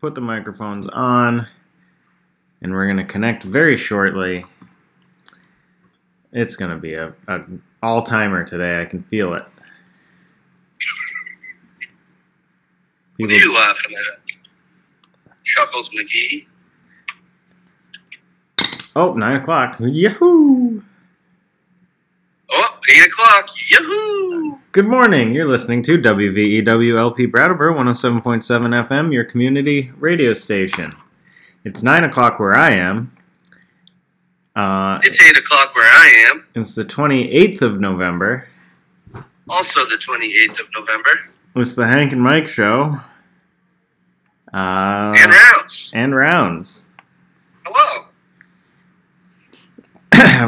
put the microphones on, and we're going to connect very shortly. It's going to be a, a all timer today. I can feel it. What are you laughing at? Chuckles McGee. Oh, nine o'clock. Yahoo! Oh, eight o'clock. Yahoo! Good morning. You're listening to E WVEWLP Brattleboro 107.7 FM, your community radio station. It's 9 o'clock where I am. Uh, It's eight o'clock where I am. it's the 28th of November. Also the 28th of November. It's the Hank and Mike show. Uh, and Rounds. and rounds. Hello.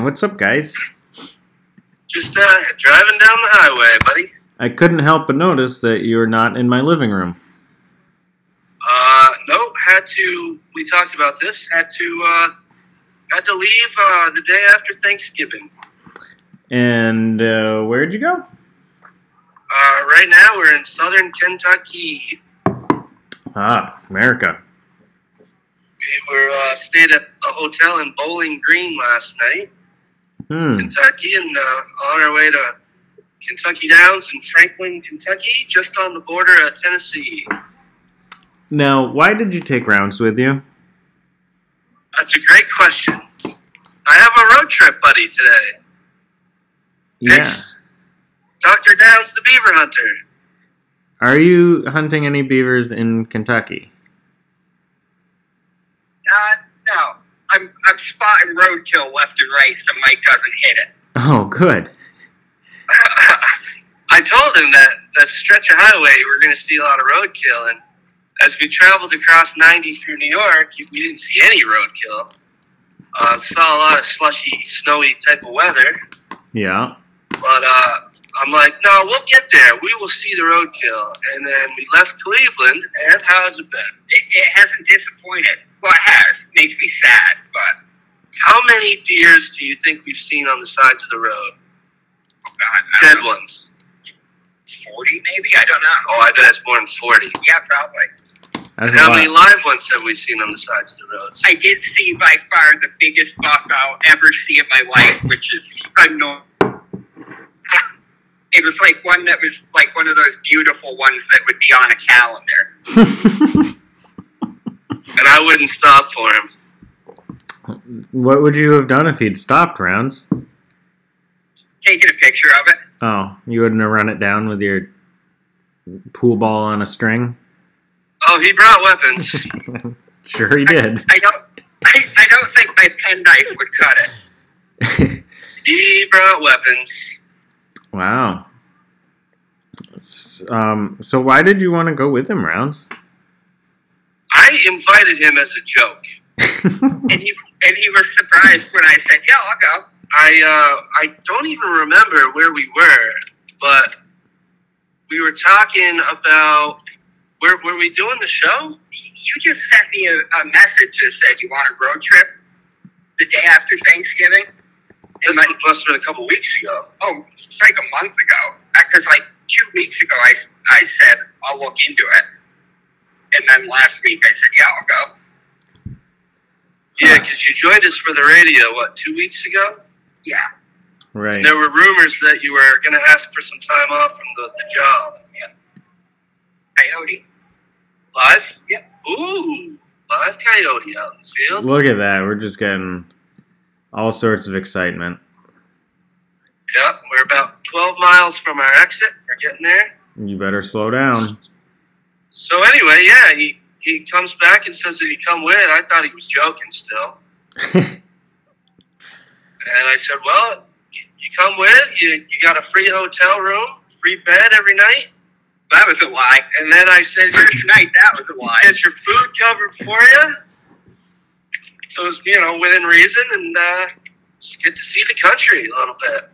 What's up, guys? Just uh, driving down the highway, buddy. I couldn't help but notice that you're not in my living room. Uh, no, had to. We talked about this. Had to. Uh, had to leave uh, the day after Thanksgiving. And uh, where'd you go? Uh, right now we're in Southern Kentucky. Ah, America. We were uh, stayed at a hotel in Bowling Green last night. Hmm. Kentucky and uh, on our way to Kentucky Downs in Franklin, Kentucky, just on the border of Tennessee. Now, why did you take rounds with you? That's a great question. I have a road trip buddy today. It's Dr. Downs the Beaver Hunter. Are you hunting any beavers in Kentucky? Uh, no. I'm, I'm spotting roadkill left and right so Mike doesn't hit it. Oh, good. I told him that that stretch of highway we're going to see a lot of roadkill, and as we traveled across 90 through New York, we didn't see any roadkill. Uh, saw a lot of slushy, snowy type of weather. Yeah. But uh, I'm like, no, we'll get there. We will see the roadkill. And then we left Cleveland, and how's it been? It, it hasn't disappointed. Well, it has. Makes me sad, but How many deers do you think we've seen on the sides of the road? oh God, I Dead don't know, ones. 40 maybe? I don't know. Oh, I bet it's more than 40. Yeah, probably. That's And a how many lot. live ones have we seen on the sides of the roads? I did see by far the biggest buck I'll ever see in my life, which is unknown. It was like one that was like one of those beautiful ones that would be on a calendar. And I wouldn't stop for him. what would you have done if he'd stopped rounds? Taking a picture of it. Oh, you wouldn't have run it down with your pool ball on a string? Oh, he brought weapons. Sure, he did. I don't. I, I don't think my penknife would cut it. he brought weapons. wow. S- Um, so, why did you want to go with him, rounds? I invited him as a joke. And he and he was surprised when I said, "Yeah, I'll go." I uh, I don't even remember where we were, but we were talking about were were we doing the show? You just sent me a, a message that said you want a road trip the day after Thanksgiving. This And like, must have been a couple weeks ago. oh, it's like a month ago. Because like two weeks ago, I s- I said I'll look into it, and then last week I said, "Yeah, I'll go." Yeah, because you joined us for the radio what two weeks ago? Yeah. right. There were rumors that you were going to ask for some time off from the, the job. Coyote. Live? Yep. Ooh, live coyote out in the field. Look at that. We're just getting all sorts of excitement. Yep, we're about 12 miles from our exit. We're getting there. You better slow down. So anyway, yeah, he he comes back and says that he come with. I thought he was joking still, and I said, "Well, you, you come with. You you got a free hotel room, free bed every night." That was a lie. And then I said, First night, that was a lie. "Get your food covered for you." So it's you know within reason, and uh, it's good to see the country a little bit.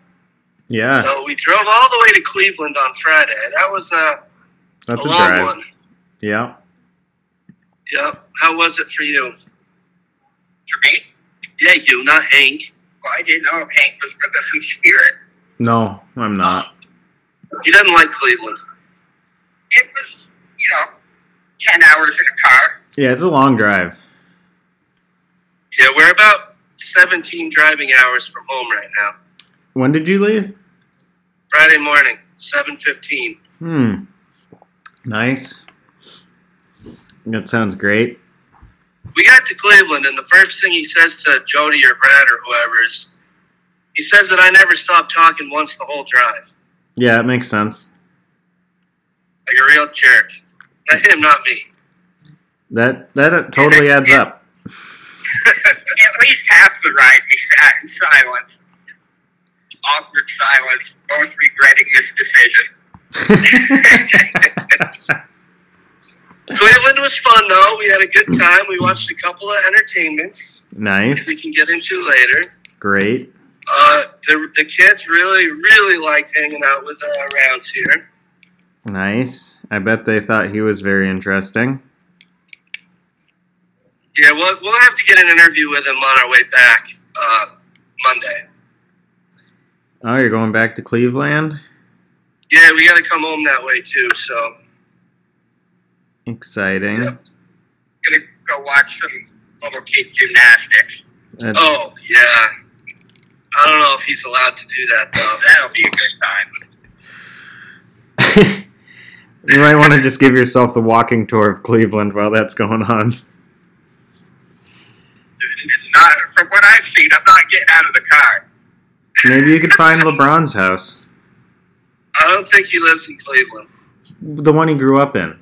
yeah, So we drove all the way to Cleveland on Friday. That was uh, that's a a long drive. one. Yeah. Yep. How was it for you? For me, Yeah, you, not Hank. well, I didn't know if Hank was with us in spirit. No, I'm not. Uh-huh. He doesn't like Cleveland. it was, you know, 10 hours in a car. Yeah, it's a long drive. Yeah, we're about 17 driving hours from home right now. When did you leave? Friday morning, 7:15. Hmm. Nice. That sounds great. We got to Cleveland, and the first thing he says to Jody or Brad or whoever is, he says that I never stopped talking once the whole drive, Yeah, it makes sense. like a real jerk. Not him, not me. That that totally adds up. At least half the ride we sat in silence. Awkward silence, both regretting this decision. Cleveland was fun though. We had a good time. We watched a couple of entertainments which nice. we can get into later. Great. Uh, the, the kids really, really liked hanging out with uh, Rounds here. Nice. I bet they thought he was very interesting. Yeah, we'll, we'll have to get an interview with him on our way back uh, Monday. Oh, you're going back to Cleveland? Yeah, we got to come home that way too. So Exciting. Yep. Gonna go watch some little kid gymnastics. That- Oh yeah. I don't know if he's allowed to do that though. That'll be a good time. you might want to just give yourself the walking tour of Cleveland while that's going on. Not, from what I've seen, I'm not getting out of the car. Maybe you could find LeBron's house, I don't think he lives in Cleveland. the one he grew up in.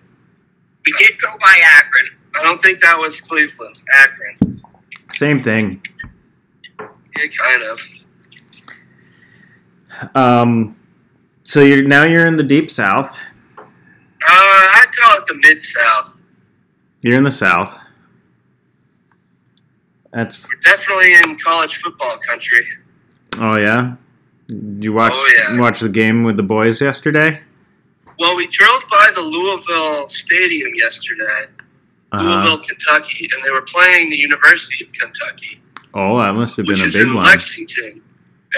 We did go by Akron. I don't think that was Cleveland. Akron. Same thing. Yeah, kind of. Um, so you're now you're in the deep south. Uh, I'd call it the Mid South. You're in the south. That's We're definitely in college football country. oh yeah. Did you watch Oh, yeah. watch the game with the boys yesterday? Well, we drove by the Louisville Stadium yesterday, Uh, Louisville, Kentucky, and they were playing the University of Kentucky, oh, that must have which been a is big in one. Lexington.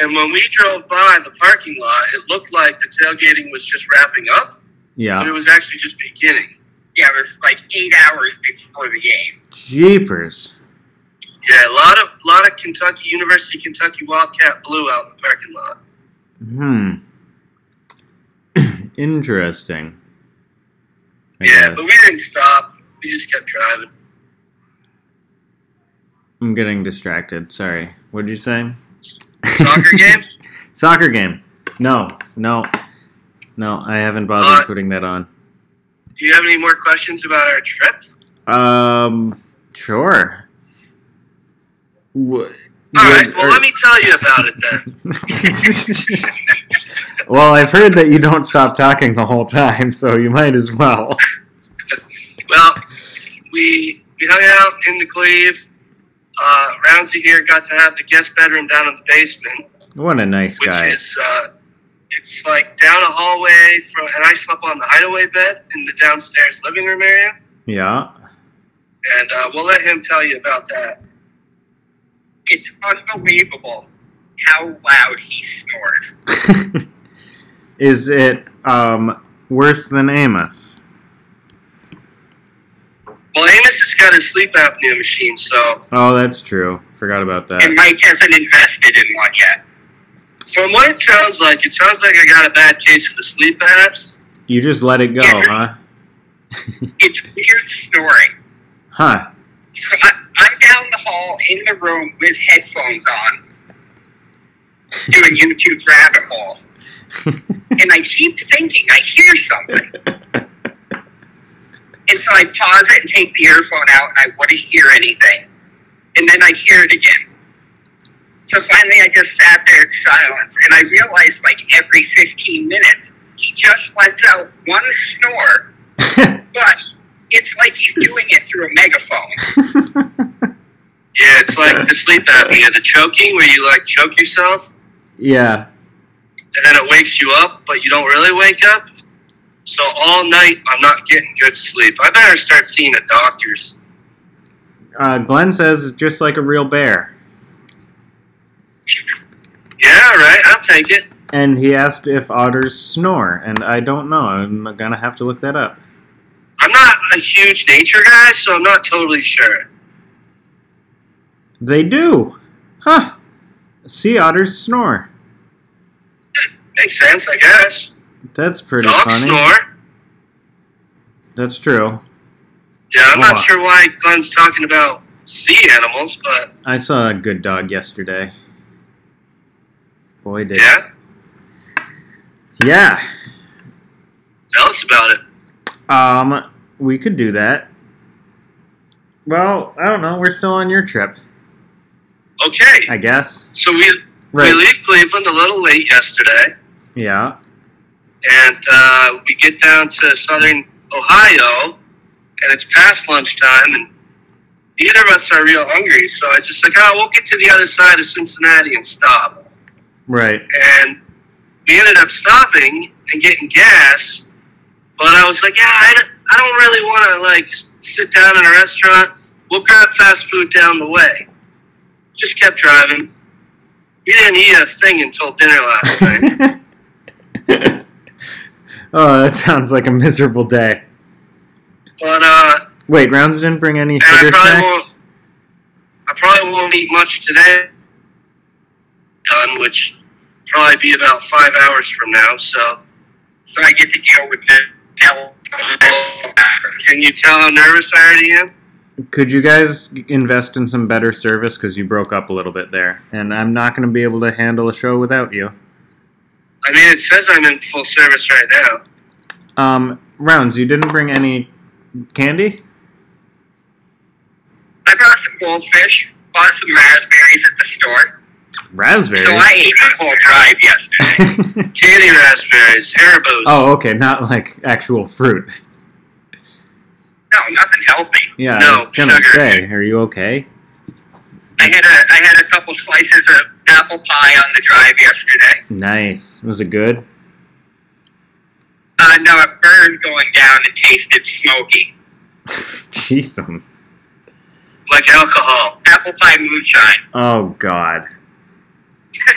And when we drove by the parking lot, it looked like the tailgating was just wrapping up, but it Yeah, was actually just beginning. Yeah, it was like eight hours before the game. jeepers. Yeah, a lot of lot of Kentucky University of Kentucky Wildcat blue out in the parking lot. Hmm. Interesting. I yeah, guess. but we didn't stop. We just kept driving. I'm getting distracted. Sorry. What did you say? Soccer game. Soccer game. No, no, no. I haven't bothered Uh, putting that on. Do you have any more questions about our trip? Um, sure. Wha- All right. would- Well, or- let me tell you about it then. well, I've heard that you don't stop talking the whole time, so you might as well. Well, we we hung out in the Cleve. Uh, Roundsy here got to have the guest bedroom down in the basement, What a nice which guy. is uh, it's like down a hallway from, and I slept on the hideaway bed in the downstairs living room area. Yeah. And uh, we'll let him tell you about that. It's unbelievable how loud he snores. is it um worse than Amos? Well, Amos has got his sleep apnea machine, so Oh, that's true. Forgot about that. And Mike hasn't invested in one yet. from what it sounds like, it sounds like I got a bad case of the sleep apps. You just let it go, huh? It's weird snoring. Huh. So I, I'm down the hall in the room with headphones on, doing YouTube rabbit holes. and I keep thinking I hear something. and so I pause it and take the earphone out, and I wouldn't hear anything. And then I hear it again. So finally, I just sat there in silence, and I realized like every 15 minutes, he just lets out one snore, but it's like he's doing it through a megaphone. Yeah, it's like the sleep apnea, the choking where you like choke yourself yeah. and then it wakes you up, but you don't really wake up. So all night I'm not getting good sleep. I better start seeing a doctor's. Uh, Glenn says it's just like a real bear. Yeah, all right, I'll take it. And he asked if otters snore, and I don't know. I'm gonna have to look that up. I'm not a huge nature guy, so I'm not totally sure. They do. Huh. Sea otters snore. Makes sense, I guess. That's pretty Dogs funny. snore. That's true. Yeah, I'm Wow. not sure why Glenn's talking about sea animals, but I saw a good dog yesterday. Boy, did yeah, yeah. tell us about it. Um, we could do that. Well, I don't know. We're still on your trip, Okay, I guess. so we Right? we leave Cleveland a little late yesterday. Yeah. and uh, we get down to southern Ohio, and it's past lunchtime, and neither of us are real hungry. So I just like, oh, we'll get to the other side of Cincinnati and stop. Right. And we ended up stopping and getting gas, but I was like, yeah, I don't, I don't really want to like s- sit down in a restaurant. We'll grab fast food down the way. Just kept driving. We didn't eat a thing until dinner last night. oh, that sounds like a miserable day. but uh, Wait, Rounds didn't bring any I sugar probably snacks? won't- I probably won't eat much today. Done, which probably be about five hours from now. So, So I get to deal with the hell. can you tell how nervous I already am? Could you guys invest in some better service? Because you broke up a little bit there. And I'm not going to be able to handle a show without you. I mean, it says I'm in full service right now. Um, Rounds, you didn't bring any candy? I brought some goldfish, bought some raspberries at the store. Raspberries? So I ate the whole drive yesterday. Candy raspberries, Haribo's. oh, okay. Not like actual fruit. No, nothing healthy. Yeah, I No, was going to sugar. say, are you okay? I had a I had a couple slices of apple pie on the drive yesterday. Nice. Was it good? Uh, no, it burned going down and tasted smoky. Jeez. um, Like alcohol. Apple pie moonshine. Oh, God.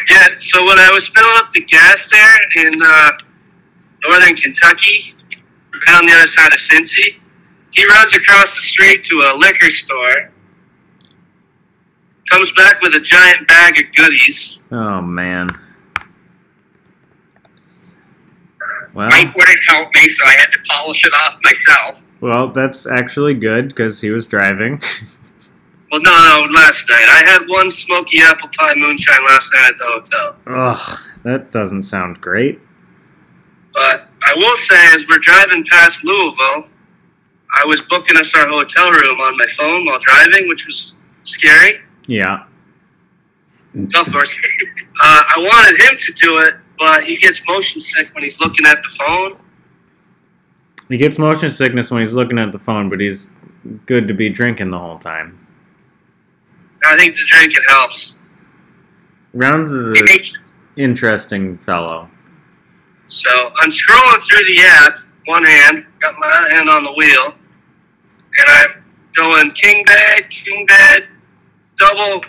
Yeah, so when I was filling up the gas there in uh, northern Kentucky, right on the other side of Cincy, he runs across the street to a liquor store, comes back with a giant bag of goodies. Oh, man. Well, Mike wouldn't help me, so I had to polish it off myself. well, that's actually good because he was driving. Well, no, no, last night. I had one smoky apple pie moonshine last night at the hotel. Ugh, that doesn't sound great. But I will say, as we're driving past Louisville, I was booking us our hotel room on my phone while driving, which was scary. Yeah. Of course. Uh, I wanted him to do it, but he gets motion sick when he's looking at the phone. He gets motion sickness when he's looking at the phone, but he's good to be drinking the whole time. I think the drinking helps. Rounds is It an makes interesting fellow. So I'm scrolling through the app, one hand, got my other hand on the wheel, and I'm going king bed, king bed, double,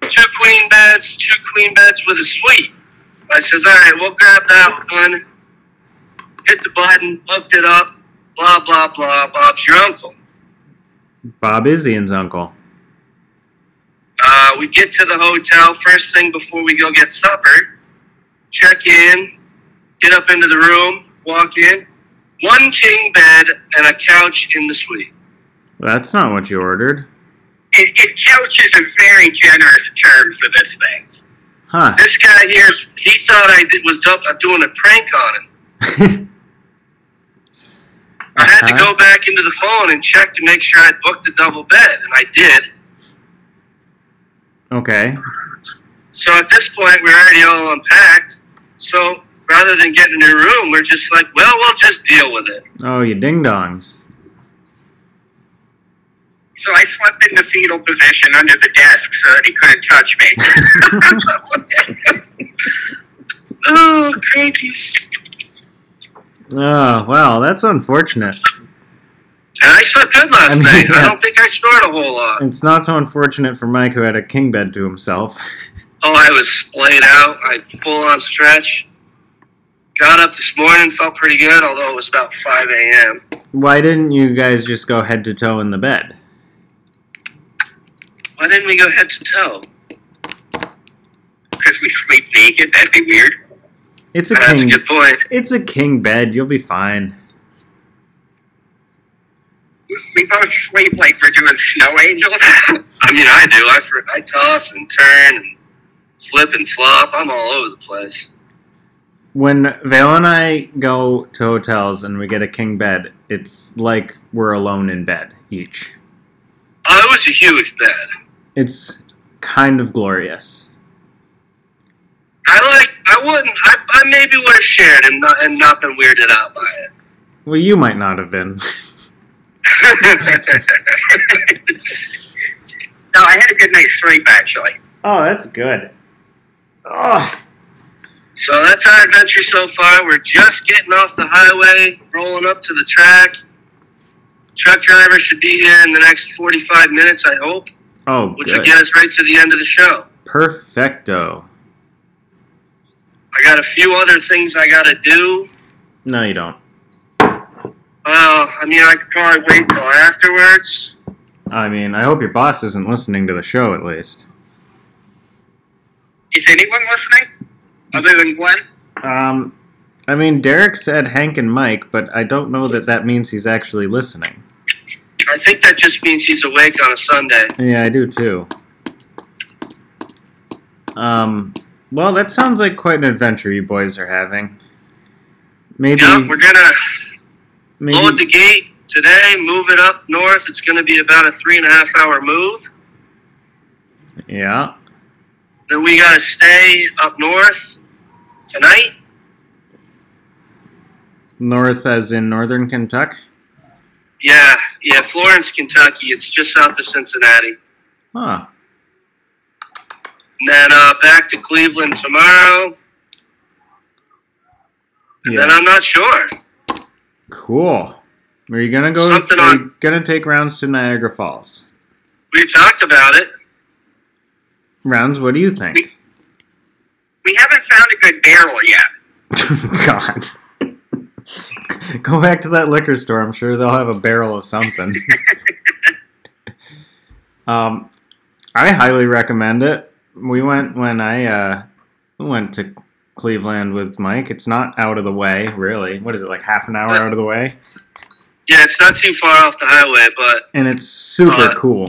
two queen beds, two queen beds with a suite. I says, all right, we'll grab that one. Hit the button, hooked it up, blah, blah, blah, Bob's your uncle. Bob is Ian's uncle. Uh, we get to the hotel first thing before we go get supper. Check in, get up into the room, walk in. One king bed and a couch in the suite. That's not what you ordered. and, and couch is a very generous term for this thing. Huh. This guy here, he thought I did, was dub- uh, doing a prank on him. I had to Uh-huh. go back into the phone and check to make sure I booked the double bed, and I did. Okay. So at this point, we're already all unpacked. So rather than getting a new room, we're just like, well, we'll just deal with it. Oh, you ding dongs. So I slept in the fetal position under the desk so that he couldn't touch me. Oh, crazy. Oh, wow, that's unfortunate. And I slept good last I mean, night. I yeah. don't think I snored a whole lot. It's not so unfortunate for Mike, who had a king bed to himself. Oh, I was splayed out. I full on stretch. Got up this morning, felt pretty good, although it was about 5 a.m. Why didn't you guys just go head to toe in the bed? Why didn't we go head to toe? Because we sleep naked, that'd be weird. It's a That's a king. good point. It's a king bed. You'll be fine. We both sleep like we're doing snow angels. I mean, I do. I, fr- I toss and turn and flip and flop. I'm all over the place. When Vale and I go to hotels and we get a king bed, it's like we're alone in bed each. Oh, it was a huge bed. It's kind of glorious. I like. I wouldn't. I, I maybe would have shared and not, and not been weirded out by it. Well, you might not have been. no, I had a good night's sleep actually. Oh, that's good. Oh, So that's our adventure so far. We're just getting off the highway, rolling up to the track. Truck driver should be here in the next 45 minutes, I hope, oh which will good. get us right to the end of the show. Perfecto. I got a few other things I got to do. No, you don't. Well, I mean, I could probably wait till afterwards. I mean, I hope your boss isn't listening to the show at least. Is anyone listening? Other than Glenn? Um, I mean, Derek said Hank and Mike, but I don't know that that means he's actually listening. I think that just means he's awake on a Sunday. Yeah, I do too. Um, well, that sounds like quite an adventure you boys are having. Maybe, Yeah, we're going to load the maybe gate today, move it up north. It's going to be about a three and a half hour move. yeah. Then we got to stay up north tonight. North, as in northern Kentucky. Yeah, yeah, Florence, Kentucky. It's just south of Cincinnati. Huh. And then uh, back to Cleveland tomorrow. And then Yeah. I'm not sure. Cool. Are you gonna go? Something are on- you gonna take rounds to Niagara Falls? We talked about it. Rounds. What do you think? We haven't found a good barrel yet. God. Go back to that liquor store. I'm sure they'll have a barrel of something. um, I highly recommend it. We went when I uh, went to Cleveland with Mike. It's not out of the way, really. What is it, like half an hour out of the way? Yeah, it's not too far off the highway, but And it's super Uh, cool.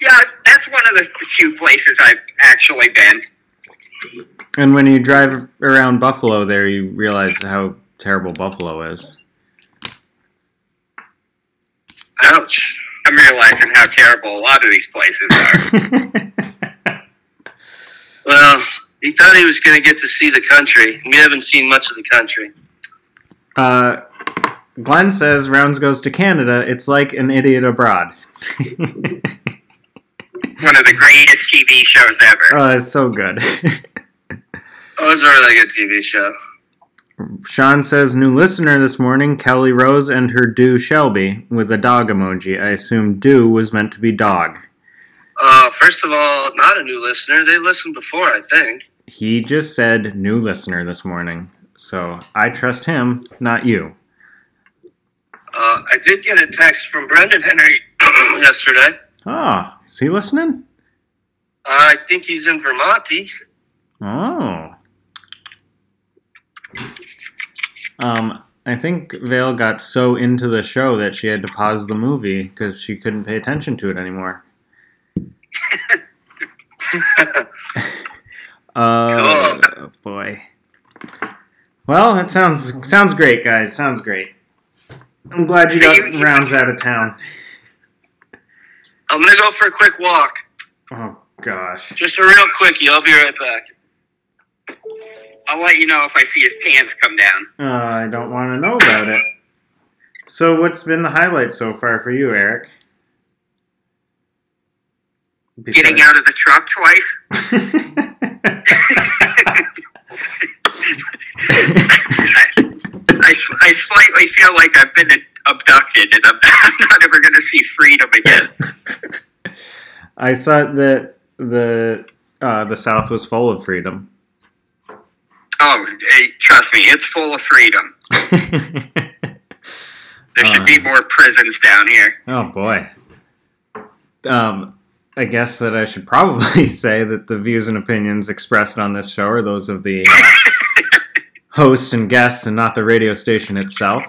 Yeah, that's one of the few places I've actually been. And when you drive around Buffalo there, you realize how terrible Buffalo is. ouch. I'm realizing how terrible a lot of these places are. Well, he thought he was going to get to see the country. We haven't seen much of the country. uh, Glenn says Rounds goes to Canada. It's like an idiot abroad. one of the greatest TV shows ever. Oh, it's so good. Oh, it's a really good TV show. Sean says new listener this morning, Kelly Rose and her do Shelby with a dog emoji. I assume do was meant to be dog. Uh, first of all, not a new listener. They listened before, I think. He just said new listener this morning. So I trust him, not you. Uh, I did get a text from Brendan Henry yesterday. Oh, is he listening? Uh, I think he's in Vermonti. Oh. Um, I think Vale got so into the show that she had to pause the movie because she couldn't pay attention to it anymore. Oh boy. Well, that sounds sounds great, guys. Sounds great. I'm glad you got rounds out of town. I'm going to go for a quick walk. Oh gosh. Just a real quickie. I'll be right back. I'll let you know if I see his pants come down. Uh, I don't want to know about it. So, what's been the highlight so far for you, Eric? Getting out of the truck twice. I, I slightly feel like I've been abducted and I'm, I'm not ever going to see freedom again. I thought that the uh, the South was full of freedom. Oh, hey, trust me, it's full of freedom. There should Uh. be more prisons down here. Oh boy. Um, I guess that I should probably say that the views and opinions expressed on this show are those of the uh, hosts and guests, and not the radio station itself.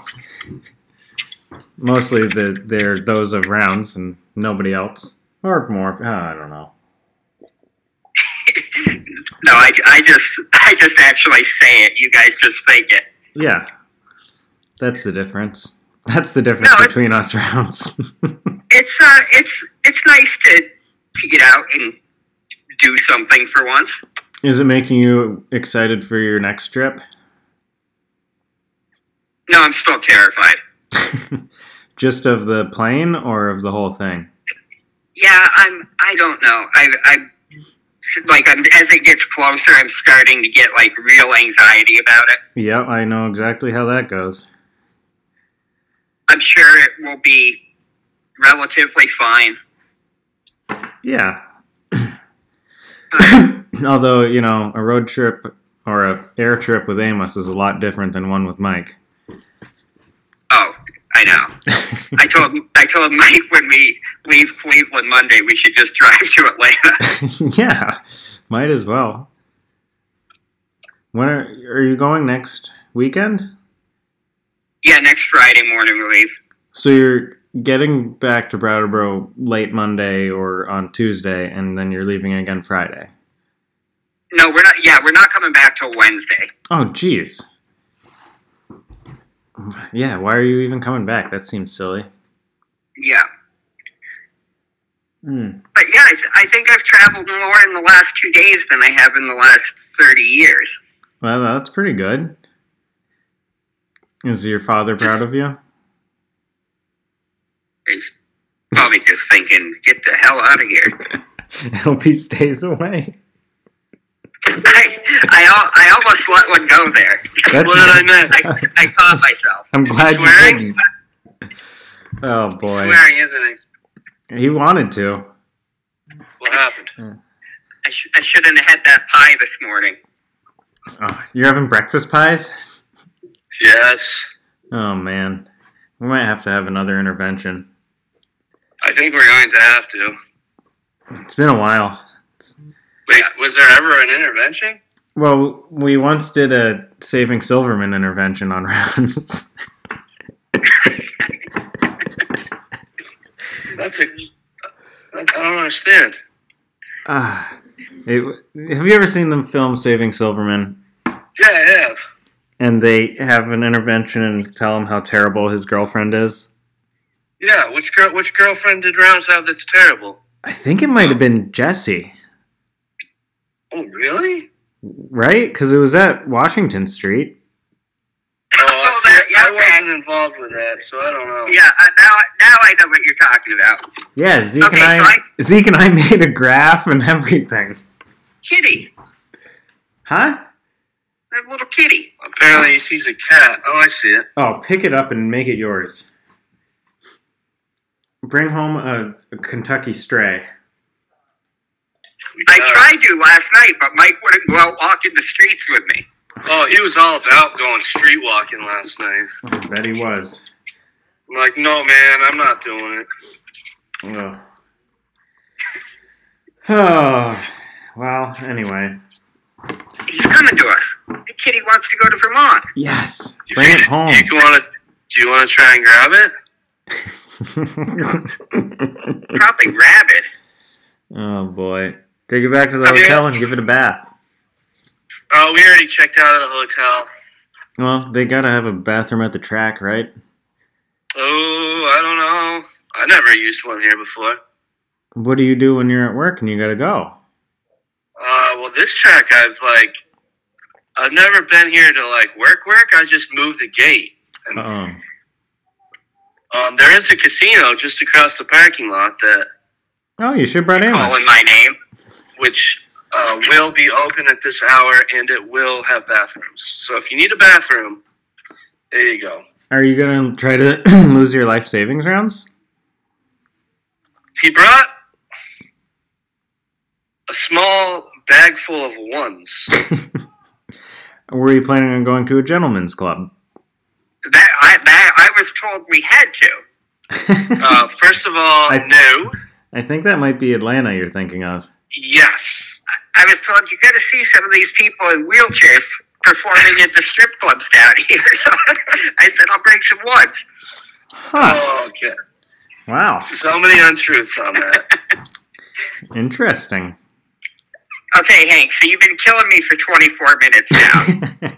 Mostly, the, they're those of rounds and nobody else, or more. uh, I don't know. No, I, I just I just actually say it. You guys just think it. Yeah, that's the difference. That's the difference No, it's- between us rounds. It's uh, it's it's nice to to get out and do something for once. Is it making you excited for your next trip? No, I'm still terrified. Just of the plane or of the whole thing? Yeah, I'm. I don't know. I I like I'm, as it gets closer, I'm starting to get like real anxiety about it. Yep, I know exactly how that goes. I'm sure it will be relatively fine. Yeah. But Although, you know, a road trip or a air trip with Amos is a lot different than one with Mike. oh, I know. I told I told Mike when we leave Cleveland Monday, we should just drive to Atlanta. yeah. Might as well. When are, are you going next weekend? yeah, next Friday morning we leave. So you're getting back to Brattleboro late Monday or on Tuesday and then you're leaving again Friday. No, we're not. Yeah, we're not coming back till Wednesday. Oh jeez. Yeah, why are you even coming back? That seems silly. Yeah, Hmm. but yeah, I, th- I think I've traveled more in the last two days than I have in the last thirty years. Well, that's pretty good. Is your father proud of you? He's probably just thinking, "Get the hell out of here." I hope he stays away. I I, al- I almost let one go there. That's- what did I miss? I, I caught myself. I'm glad you swearing? didn't. Oh boy, Swearing, isn't it? he wanted to. What happened? Hmm. I, sh- I shouldn't have had that pie this morning. Oh, you're having breakfast pies? Yes. Oh man, we might have to have another intervention. I think we're going to have to. It's been a while. Wait, was there ever an intervention? Well, we once did a saving Silverman intervention on rounds. That's a. I don't understand. Ah, it, have you ever seen them film Saving Silverman? Yeah, I have. And they have an intervention and tell him how terrible his girlfriend is. Yeah, which girl? Which girlfriend did Rounds have that's terrible? I think it might have been Jesse, Oh, really? right? Because it was at Washington Street. Oh, I, Oh, that- see, yeah, I okay. wasn't involved with that, so I don't know. Yeah, I, now I- now I know what you're talking about. Yeah, Zeke Okay, and I, so I- Zeke and I made a graph and everything. Kitty, Huh? that little kitty. Apparently, he sees a cat. Oh, I see it. Oh, pick it up and make it yours. Bring home a, a Kentucky stray. I Uh, tried to last night, but Mike wouldn't go out walking the streets with me. Oh, he was all about going street walking last night. I bet he was. I'm like, no, man, I'm not doing it. Ugh. Oh, well, anyway. He's coming to us. The kitty wants to go to Vermont. Yes, bring it home. You want to? Do you want to try and grab it? Probably rabid. oh, boy. Take it back to the Okay. hotel and give it a bath. Oh, we already checked out of the hotel. Well, they gotta have a bathroom at the track, right? Oh, I don't know. I never used one here before. What do you do when you're at work and you gotta go? Uh, well, this track I've like, I've never been here to like work work. I just moved the gate. And, Uh-oh. um, there is a casino just across the parking lot that Oh, you should brought Calling Amos. my name. which uh, will be open at this hour and it will have bathrooms. So if you need a bathroom, there you go. Are you gonna try to lose your life savings rounds? He brought a small bag full of ones. Or were you planning on going to a gentleman's club? That I that I was told we had to. Uh, first of all, I- no. I think that might be Atlanta you're thinking of. Yes. I was told you got to see some of these people in wheelchairs performing at the strip clubs down here. So I said I'll break some ones. Huh. Oh, okay. Wow. So many untruths on that. Interesting. Okay, Hank. So you've been killing me for 24 minutes now.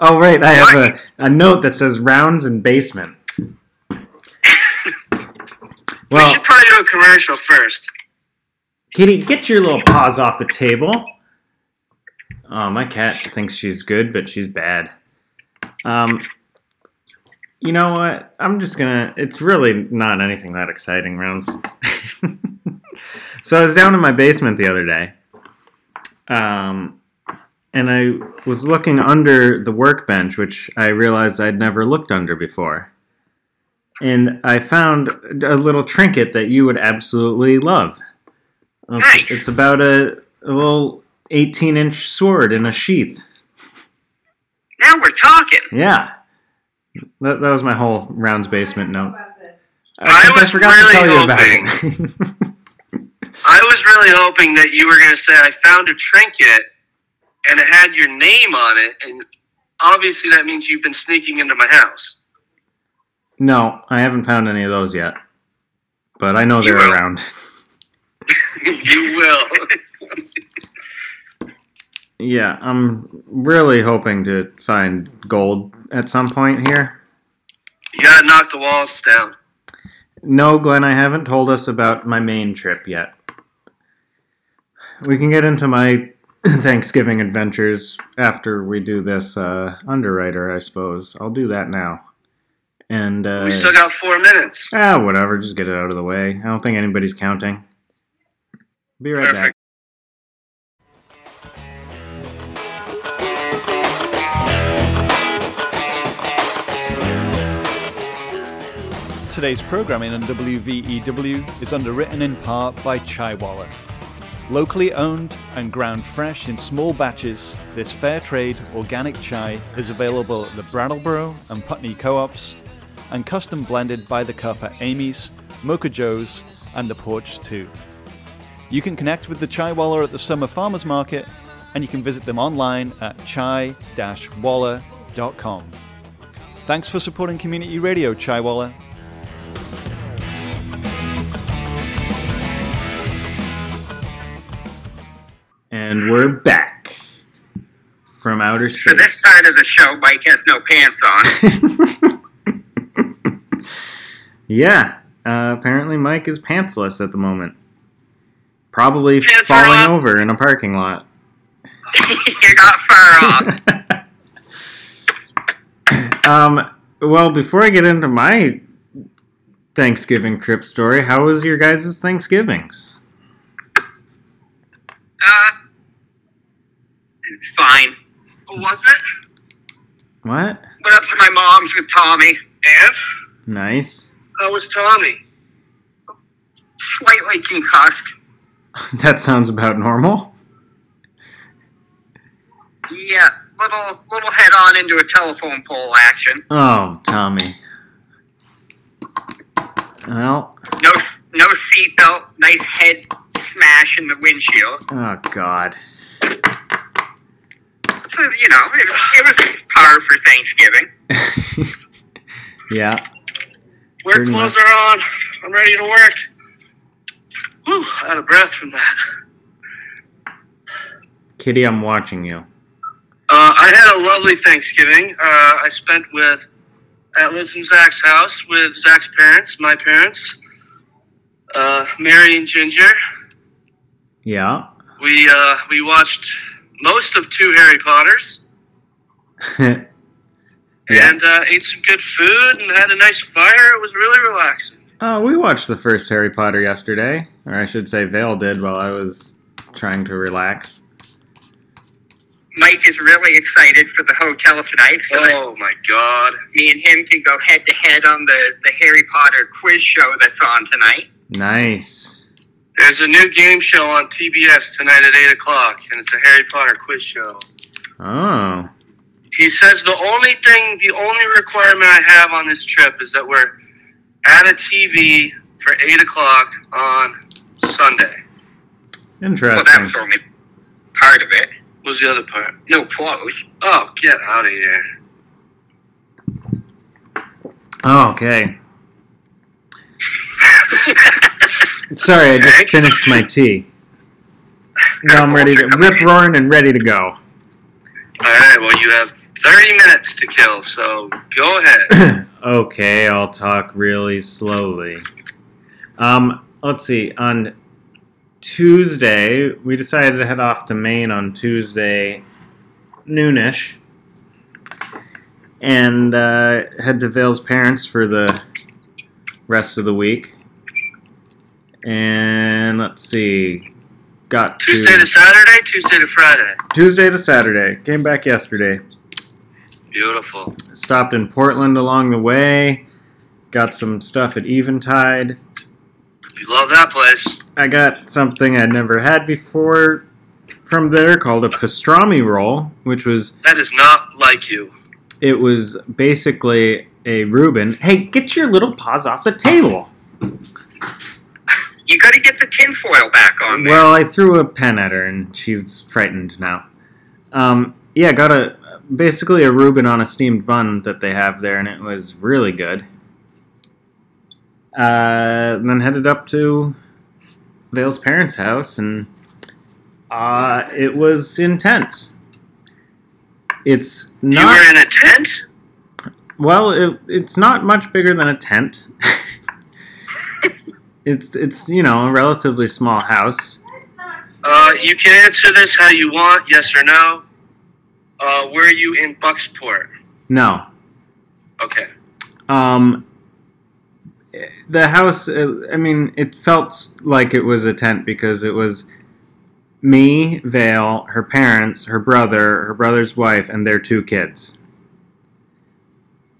oh right, I have a, a note that says rounds and basement. we Well, should probably do a commercial first. Kitty, get your little paws off the table. Oh, my cat thinks she's good, but she's bad. Um, you know what? I'm just gonna. It's really not anything that exciting, rounds. so I was down in my basement the other day, um, and I was looking under the workbench, which I realized I'd never looked under before. And I found a little trinket that you would absolutely love. It's- Nice. It's about a, a little 18 inch sword in a sheath. now we're talking. Yeah. That, that was my whole Rounds Basement note. Uh, I 'cause was forgot really to tell you about it. I was really hoping that you were going to say, I found a trinket and it had your name on it. And obviously, that means you've been sneaking into my house. no, I haven't found any of those yet. But I know You they're will. around. you will. Yeah, I'm really hoping to find gold at some point here. You got to knock the walls down. No, Glenn, I haven't told us about my main trip yet. We can get into my Thanksgiving adventures after we do this uh, underwriter, I suppose. I'll do that now. And uh, We still got four minutes. ah, whatever, just get it out of the way. I don't think anybody's counting. Be right back. Perfect. Today's programming on WVEW E is underwritten in part by Chaiwalla. Locally owned and ground fresh in small batches, this fair trade organic chai is available at the Brattleboro and Putney co ops and custom blended by the cup at Amy's, Mocha Joe's, and The Porch too. You can connect with the Chaiwalla at the Summer Farmers Market and you can visit them online at chai-walla.com. Thanks for supporting Community Radio, Chaiwalla. And we're back from outer So this space. part of the show, Mike has no pants on. yeah, uh, apparently Mike is pantsless at the moment. Probably Pants are falling up. over in a parking lot. You're not far off. um, well, before I get into my Thanksgiving trip story, how was your guys' Thanksgivings? Uh, it's fine. Was it? What? Went up to my mom's with Tommy. And Nice. how was Tommy? Slightly concussed. That sounds about normal. Yeah, little little head on into a telephone pole action. Oh, Tommy. Well, No no seat belt. Nice head smash in the windshield. oh god. So you know it, was- it was par for Thanksgiving. yeah. Work Pretty clothes much. are on. I'm ready to work. Whew, out of breath from that. Kitty, I'm watching you. Uh, I had a lovely Thanksgiving. Uh, I spent with at Liz and Zach's house with Zach's parents, my parents, uh, Mary and Ginger. Yeah. We uh, we watched most of two Harry Potters yeah. and uh, ate some good food and had a nice fire. It was really relaxing. Oh, we watched the first Harry Potter yesterday. Or I should say Vale did while I was trying to relax. Mike is really excited for the hotel tonight, so that Oh my God! me and him can go head to head on the, the Harry Potter quiz show that's on tonight. Nice. There's a new game show on TBS tonight at eight o'clock, and it's a Harry Potter quiz show. Oh. He says the only thing, the only requirement I have on this trip is that we're at a TV for eight o'clock on Sunday. Well, that Interesting. was only part of it. What was the other part? No clothes. Oh, get out of here! Oh, okay. Sorry, I just finished my tea. Now I'm ready to rip roaring and ready to go. All right, well you have thirty minutes to kill, so go ahead. okay, I'll talk really slowly. Um, let's see. On Tuesday, we decided to head off to Maine on Tuesday noonish, and uh, head to Vale's parents for the rest of the week. And let's see. Got to Tuesday to Saturday, Tuesday to Friday. Tuesday to Saturday. Came back yesterday. Beautiful. stopped in Portland along the way, got some stuff at Eventide. You love that place. I got something I'd never had before from there called a pastrami roll, which was That is not like you. it was basically a Reuben. Hey, get your little paws off the table. You got to get the tinfoil back on there. Well, I threw a pen at her and she's frightened now. Um, yeah, got a basically a Reuben on a steamed bun that they have there, and it was really good. Uh, and then headed up to Vale's parents' house, and uh, it was intense. It's You not were in a tent? well, it, it's not much bigger than a tent. it's it's you know a relatively small house. Uh, you can answer this how you want, yes or no. Uh, were you in Bucksport? No, Okay. Um, the house, uh, I mean, it felt s- like it was a tent because it was me, Vale, her parents, her brother, her brother's wife, and their two kids.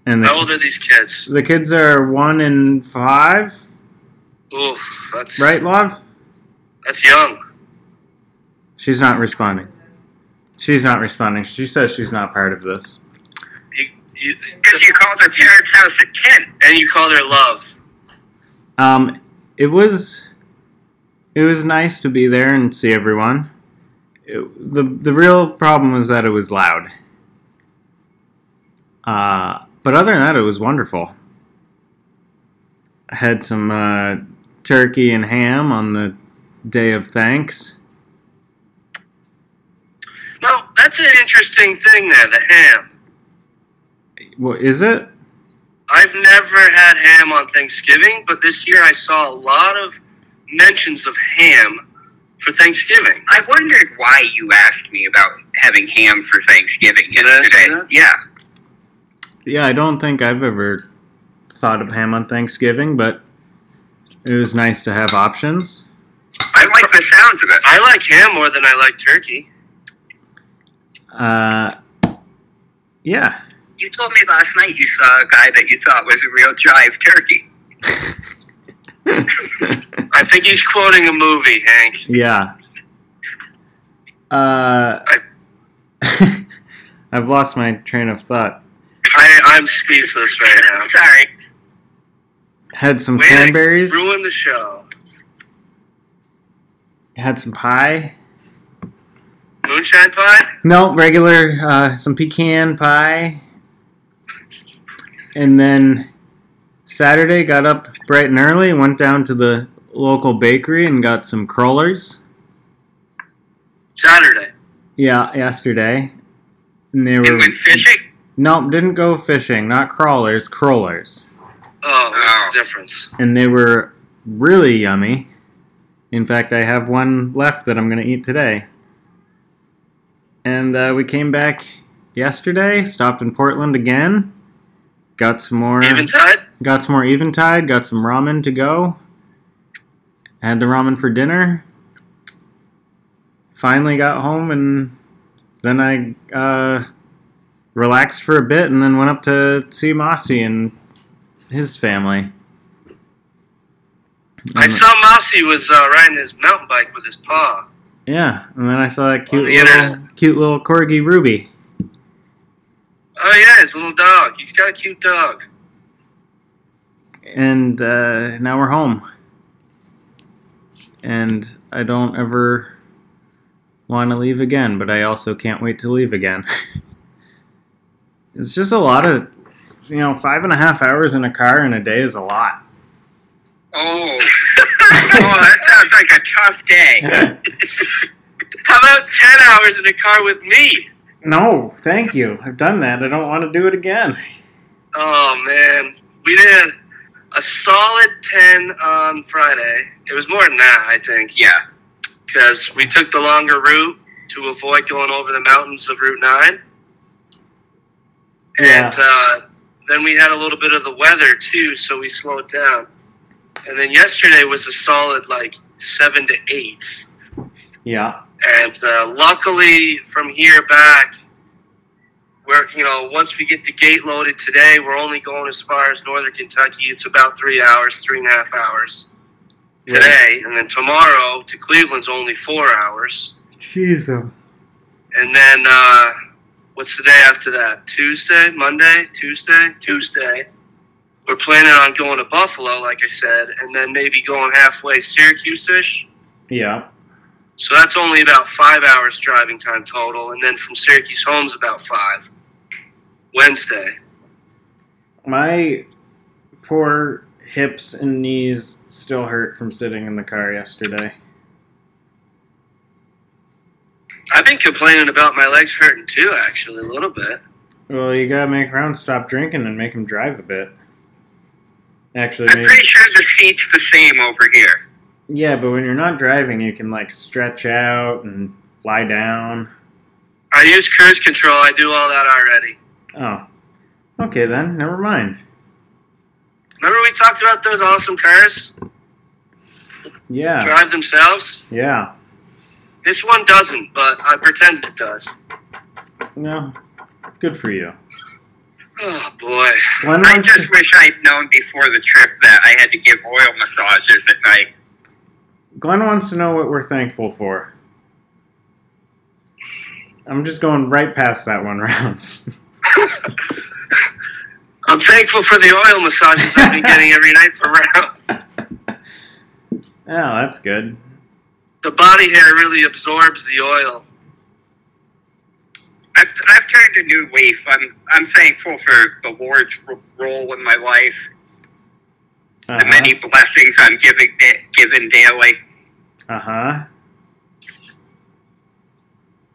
And How old the, are these kids? the kids are one and five, Oof, that's right, Love? That's young. She's not responding. She's not responding. She says she's not part of this. You, you, Because you called the parents' house a tent. and you call her love. Um, it was it was nice to be there and see everyone. It, the The real problem was that it was loud. Uh, but other than that, it was wonderful. I had some uh, turkey and ham on the day of thanks. No, that's an interesting thing there, the ham. What is it? I've never had ham on Thanksgiving, but this year I saw a lot of mentions of ham for Thanksgiving. I wondered why you asked me about having ham for Thanksgiving Did I ask yesterday. you that? Yeah. Yeah, I don't think I've ever thought of ham on Thanksgiving, but it was nice to have options. I like the sounds of it. I like ham more than I like turkey. Uh, yeah. You told me last night you saw a guy that you thought was a real jive turkey. I think he's quoting a movie, Hank. Yeah. Uh, I've lost my train of thought. I, I'm speechless right now. Sorry. Had some Way to cranberries. Ruin the show. Had some pie. Moonshine pie? No, regular. Uh, some pecan pie. And then Saturday, got up bright and early. Went down to the local bakery and got some crullers. Saturday. Yeah, yesterday. And they You were went fishing? nope. Didn't go fishing. Not crawlers. Crawlers. Oh, Oh. what's the difference? and they were really yummy. In fact, I have one left that I'm going to eat today. And uh, we came back yesterday, stopped in Portland again, got some more, Eventide? got some more Eventide, got some ramen to go. Had the ramen for dinner. Finally got home, and then I uh, relaxed for a bit, and then went up to see Mossy and his family. I saw Mossy was uh, riding his mountain bike with his paw. Yeah, and then I saw that cute the little internet. cute little corgi Ruby. Oh yeah, his little dog. He's got a cute dog. and uh, now we're home. And I don't ever want to leave again, but I also can't wait to leave again. it's just a lot of, you know, five and a half hours in a car in a day is a lot. Oh. oh, that sounds like a tough day. How about ten hours in a car with me? no, thank you. I've done that. I don't want to do it again. Oh man, we did a solid ten on Friday. It was more than that, I think, yeah. because we took the longer route to avoid going over the mountains of Route Nine. And uh, then we had a little bit of the weather too, so we slowed down. And then yesterday was a solid like seven to eight. Yeah. And uh, luckily, from here back, we're you know once we get the gate loaded today, we're only going as far as northern Kentucky. It's about three hours, three and a half hours Right. today, and then tomorrow to Cleveland's only four hours. Jeez. And then uh, what's the day after that? Tuesday, Monday, Tuesday, Tuesday. We're planning on going to Buffalo, like I said, and then maybe going halfway Syracuse ish. Yeah. So that's only about five hours driving time total, and then from Syracuse home's about five. Wednesday. My poor hips and knees still hurt from sitting in the car yesterday. I've been complaining about my legs hurting too, actually, a little bit. Well, you gotta make Round stop drinking and make him drive a bit. Actually, I'm maybe. pretty sure the seat's the same over here. Yeah, but when you're not driving, you can like stretch out and lie down. I use cruise control, I do all that already. Oh, okay then. Never mind. Remember we talked about those awesome cars? Yeah, Drive themselves? yeah. This one doesn't, but I pretend it does. No, good for you. Oh boy. Glenn I wants just to, wish I'd known before the trip that I had to give oil massages at night. Glenn wants to know what we're thankful for. I'm just going right past that one, rounds. I'm thankful for the oil massages I've been getting every night for rounds. oh, that's good. The body hair really absorbs the oil. I've, I've turned a new leaf. I'm I'm thankful for the Lord's r- role in my life, the Uh many blessings I'm giving da- given daily. huh.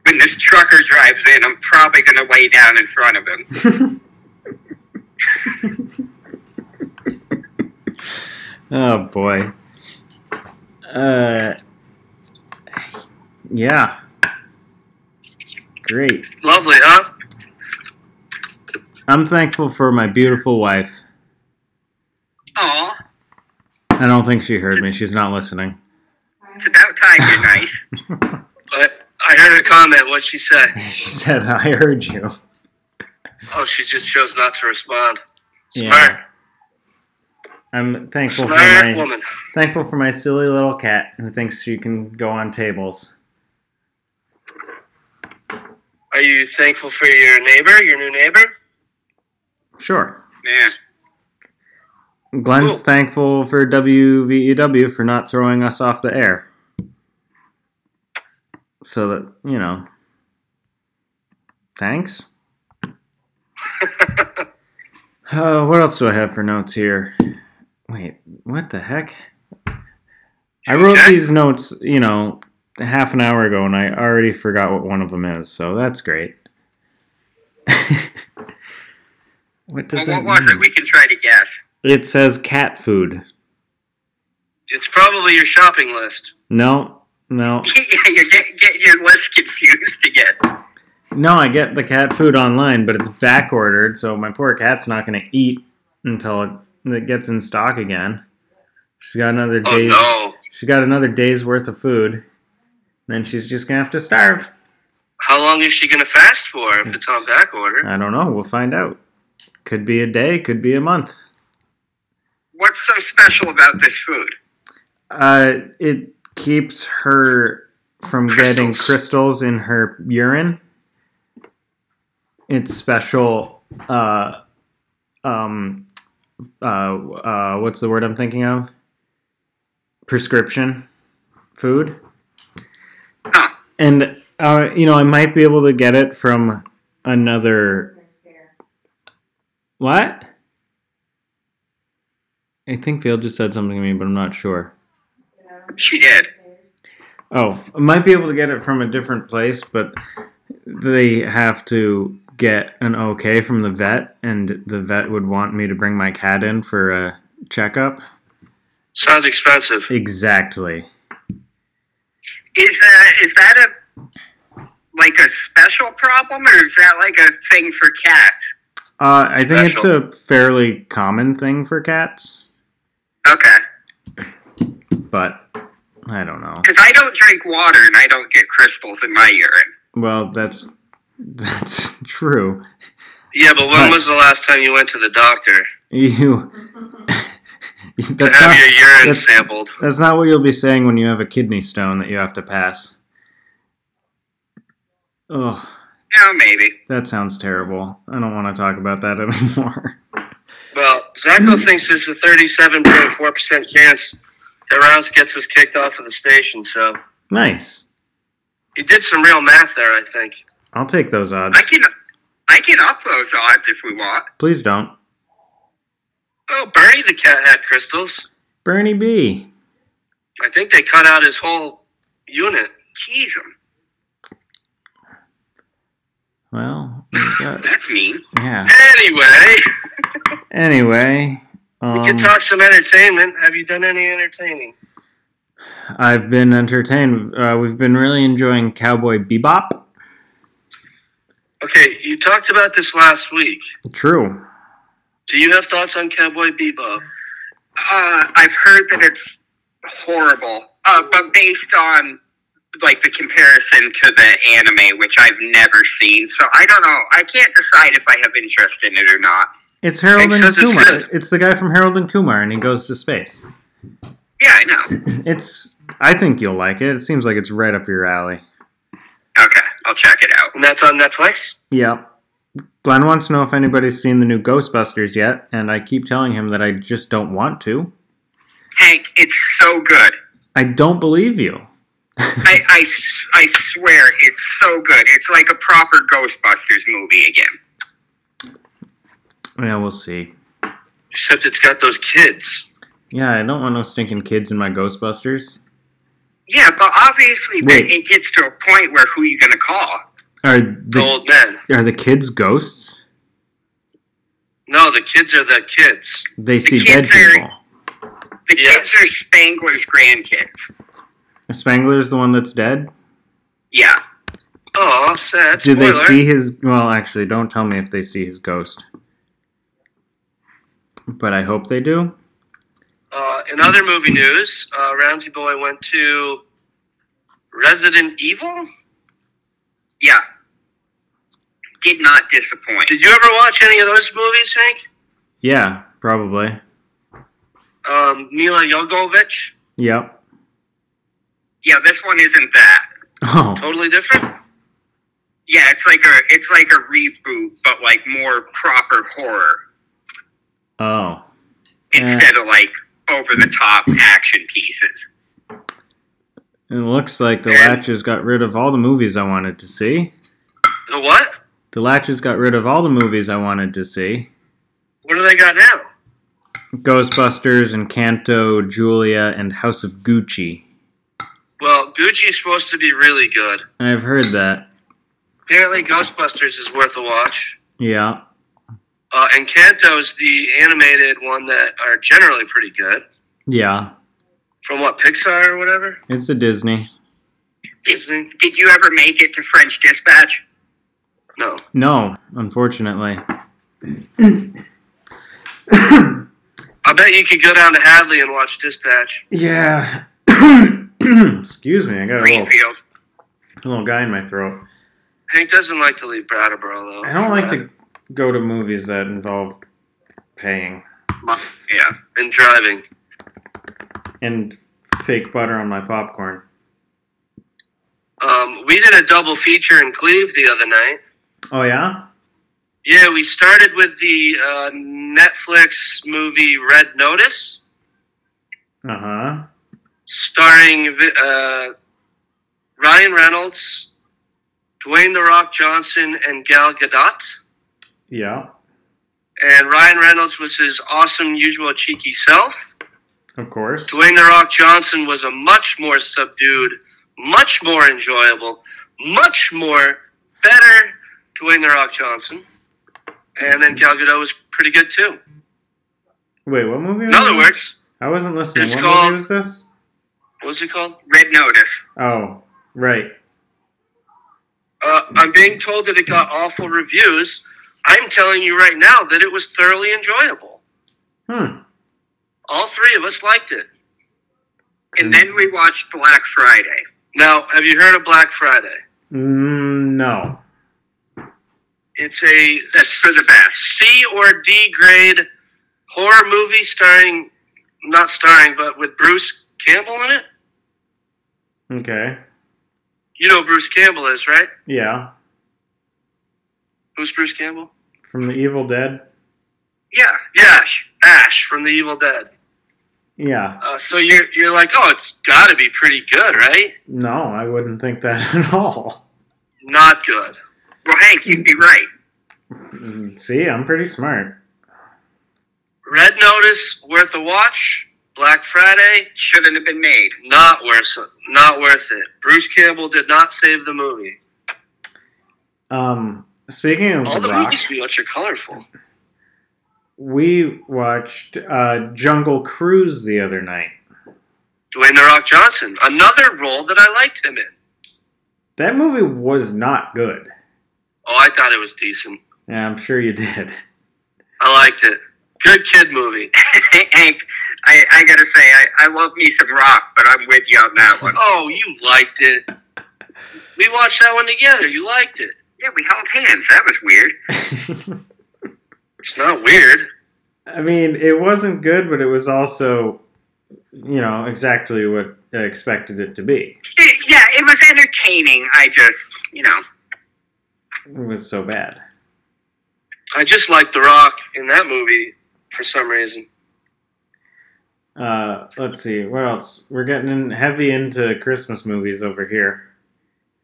When this trucker drives in, I'm probably going to lay down in front of him. Oh boy. Uh, yeah. Great. Lovely, huh? I'm thankful for my beautiful wife. Aw, I don't think she heard me. She's not listening. it's about time you're nice. But I heard a comment. What'd she say? She said, "I heard you." Oh, she just chose not to respond. Smart. Yeah. I'm thankful for Smart my woman. thankful for my silly little cat who thinks she can go on tables. Are you thankful for your neighbor, your new neighbor? Sure. Yeah. Glenn's Cool. thankful for WVEW for not throwing us off the air. So that, you know. Thanks. uh, what else do I have for notes here? Wait, what the heck? I wrote Okay. these notes, you know, half an hour ago and I already forgot what one of them is, so that's great. what does well, that what was mean? it? We can try to guess. It says cat food. It's probably your shopping list. No, no, you're get, getting your list confused again. no. I get the cat food online, but it's back ordered, so my poor cat's not going to eat until it, it gets in stock again. She's got another Oh day. no! She got another day's worth of food. Then she's just gonna have to starve. How long is she gonna fast for if it's on back order? I don't know. We'll find out. Could be a day. Could be a month. What's so special about this food? Uh, it keeps her from getting crystals in her urine. It's special uh, um, uh, uh, what's the word I'm thinking of? Prescription food. Huh. And, uh, you know, I might be able to get it from another. What? I think Phil just said something to me, but I'm not sure. She did. Oh, I might be able to get it from a different place, but they have to get an okay from the vet, and the vet would want me to bring my cat in for a checkup. Sounds expensive. Exactly. Is uh, is that a like a special problem, or is that like a thing for cats? Uh, I think it's Special. a fairly common thing for cats, Okay, but I don't know. because I don't drink water and I don't get crystals in my urine. Well, that's that's true. Yeah, but when Right. was the last time you went to the doctor You. to that's have not, your urine that's- sampled? That's not what you'll be saying when you have a kidney stone that you have to pass. Ugh, No, Oh, maybe. that sounds terrible. I don't want to talk about that anymore. Well, Mm. Zacho thinks there's a 37.4% chance that Rouse gets us kicked off of the station, so nice. he did some real math there, I think. I'll take those odds. I can I can up those odds if we want. Please don't. Oh, Bernie the cat had crystals. Bernie B. I think they cut out his whole unit. Jeez, um, Well, we got- that's mean. yeah. Anyway, Anyway, we can um, talk some entertainment. Have you done any entertaining? I've been entertained. Uh, we've been really enjoying Cowboy Bebop. Okay, you talked about this last week. True. Do you have thoughts on Cowboy Bebop? Uh, I've heard that it's horrible, uh, but based on like the comparison to the anime, which I've never seen, so I don't know. I can't decide if I have interest in it or not. It's Harold and Except it's Kumar. good. it's the guy from Harold and Kumar, and he goes to space. Yeah, I know. It's. I think you'll like it. It seems like it's right up your alley. Okay, I'll check it out. And that's on Netflix? Yeah. Glenn wants to know if anybody's seen the new Ghostbusters yet, and I keep telling him that I just don't want to. Hank, it's so good. I don't believe you. I, I, s- I swear, it's so good. It's like a proper Ghostbusters movie again. Yeah, we'll see. Except it's got those kids. Yeah, I don't want no stinking kids in my Ghostbusters. Yeah, but obviously Wait. it gets to a point where who are you going to call? Are The the old men. are the kids ghosts? No, the kids are the kids. They see dead kids are- people. The Yes. kids are Spangler's grandkids. Spangler's the one that's dead. Yeah. Oh, sad. Do they Spoiler. see his? Well, actually, don't tell me if they see his ghost. But I hope they do. Uh, in other movie news, uh, Ramsey Boy went to Resident Evil. Yeah. Did not disappoint. Did you ever watch any of those movies, Hank? Yeah, probably. Um, Mila Jovovich, Yep. Yeah, this one isn't that. Oh, totally different. Yeah, it's like a it's like a reboot, but like more proper horror oh. instead of like over the top action pieces. It looks like the Latches got rid of all the movies I wanted to see. The what? The Latches got rid of all the movies I wanted to see. What do they got now? Ghostbusters, Encanto, Julia, and House of Gucci. Well, Gucci's supposed to be really good. I've heard that. Apparently, Ghostbusters is worth a watch. Yeah. Uh, Encanto's the animated one that are generally pretty good. Yeah. From what, Pixar or whatever? It's a Disney. Disney? Did you ever make it to French Dispatch? No. No, unfortunately. I bet you could go down to Hadley and watch Dispatch. Yeah. Excuse me, I got a little, Greenfield. a little guy in my throat. Hank doesn't like to leave Brattleboro, though. I don't like to go to movies that involve paying Yeah. And driving. and fake butter on my popcorn. Um, we did a double feature in Cleve the other night. Oh, yeah? Yeah, we started with the uh, Netflix movie Red Notice, Uh huh. starring uh, Ryan Reynolds, Dwayne The Rock Johnson, and Gal Gadot. Yeah. And Ryan Reynolds was his awesome, usual cheeky self. Of course. Dwayne The Rock Johnson was a much more subdued, much more enjoyable, much more better Dwayne The Rock Johnson. And then Gal Gadot was pretty good too. Wait, what movie? In was other Mm-hmm. this? words, I wasn't listening. it's What called- movie was this? what was it called? Red Notice. Oh, right. Uh, I'm being told that it got awful reviews. I'm telling you right now that it was thoroughly enjoyable. Hmm. All three of us liked it. And then we watched Black Friday. Now, have you heard of Black Friday? Mm, no. It's a That's for the best. C or D grade horror movie starring, not starring, but with Bruce Campbell in it. Okay. You know who Bruce Campbell is, right? Yeah. Who's Bruce Campbell? From the Evil Dead. Yeah, yeah, Ash, Ash from The Evil Dead. Yeah. Uh, so you're you're like, oh, it's got to be pretty good, right? No, I wouldn't think that at all. Not good. Well, Hank, you'd be right. Mm, See, I'm pretty smart. Red Notice worth a watch. Black Friday Shouldn't have been made. not worth not worth it. Bruce Campbell did not save the movie. Um, speaking of All The the Rock, movies we watch are colorful. we watched uh, Jungle Cruise the other night. Dwayne the Rock Johnson, another role that I liked him in. That movie was not good. Oh, I thought it was decent. Yeah, I'm sure you did. I liked it. Good kid movie. Hank, I, I gotta say, I, I love me some rock, but I'm with you on that one. Oh, you liked it. We watched that one together. You liked it. yeah, we held hands. That was weird. It's not weird. I mean, it wasn't good, but it was also, you know, exactly what I expected it to be. It- yeah, it was entertaining. I just, you know, It was so bad. I just liked The Rock in that movie for some reason. Uh, let's see what else. We're getting in heavy into Christmas movies over here.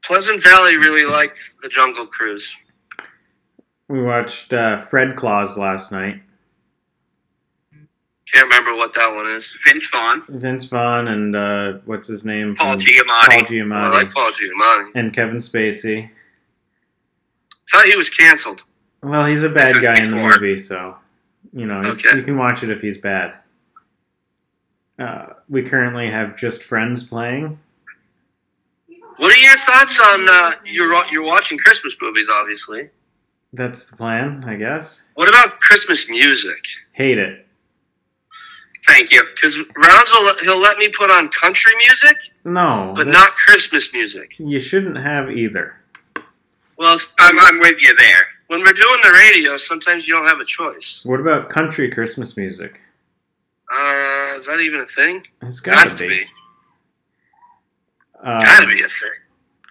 Pleasant Valley really liked The Jungle Cruise. We watched uh, Fred Claus last night. Can't remember what that one is. Vince Vaughn, Vince Vaughn and uh, what's his name? Paul from- Giamatti. Paul I Giamatti like Paul Giamatti. and Kevin Spacey. Thought he was canceled. Well, he's a bad This is guy in the before. movie, so you know you- Okay. you can watch it if he's bad. Uh, we currently have just friends playing. What are your thoughts on uh, you're wa- you're watching Christmas movies? Obviously. That's the plan, I guess. What about Christmas music? Hate it. Thank you. Because Rounds will let- he'll let me put on country music, No, but that's- not Christmas music. You shouldn't have either. Well, s- I'm, I'm with you there. when we're doing the radio, sometimes you don't have a choice. What about country Christmas music? Uh, is that even a thing? It's It gotta Has to be. be. Um, Gotta be a thing.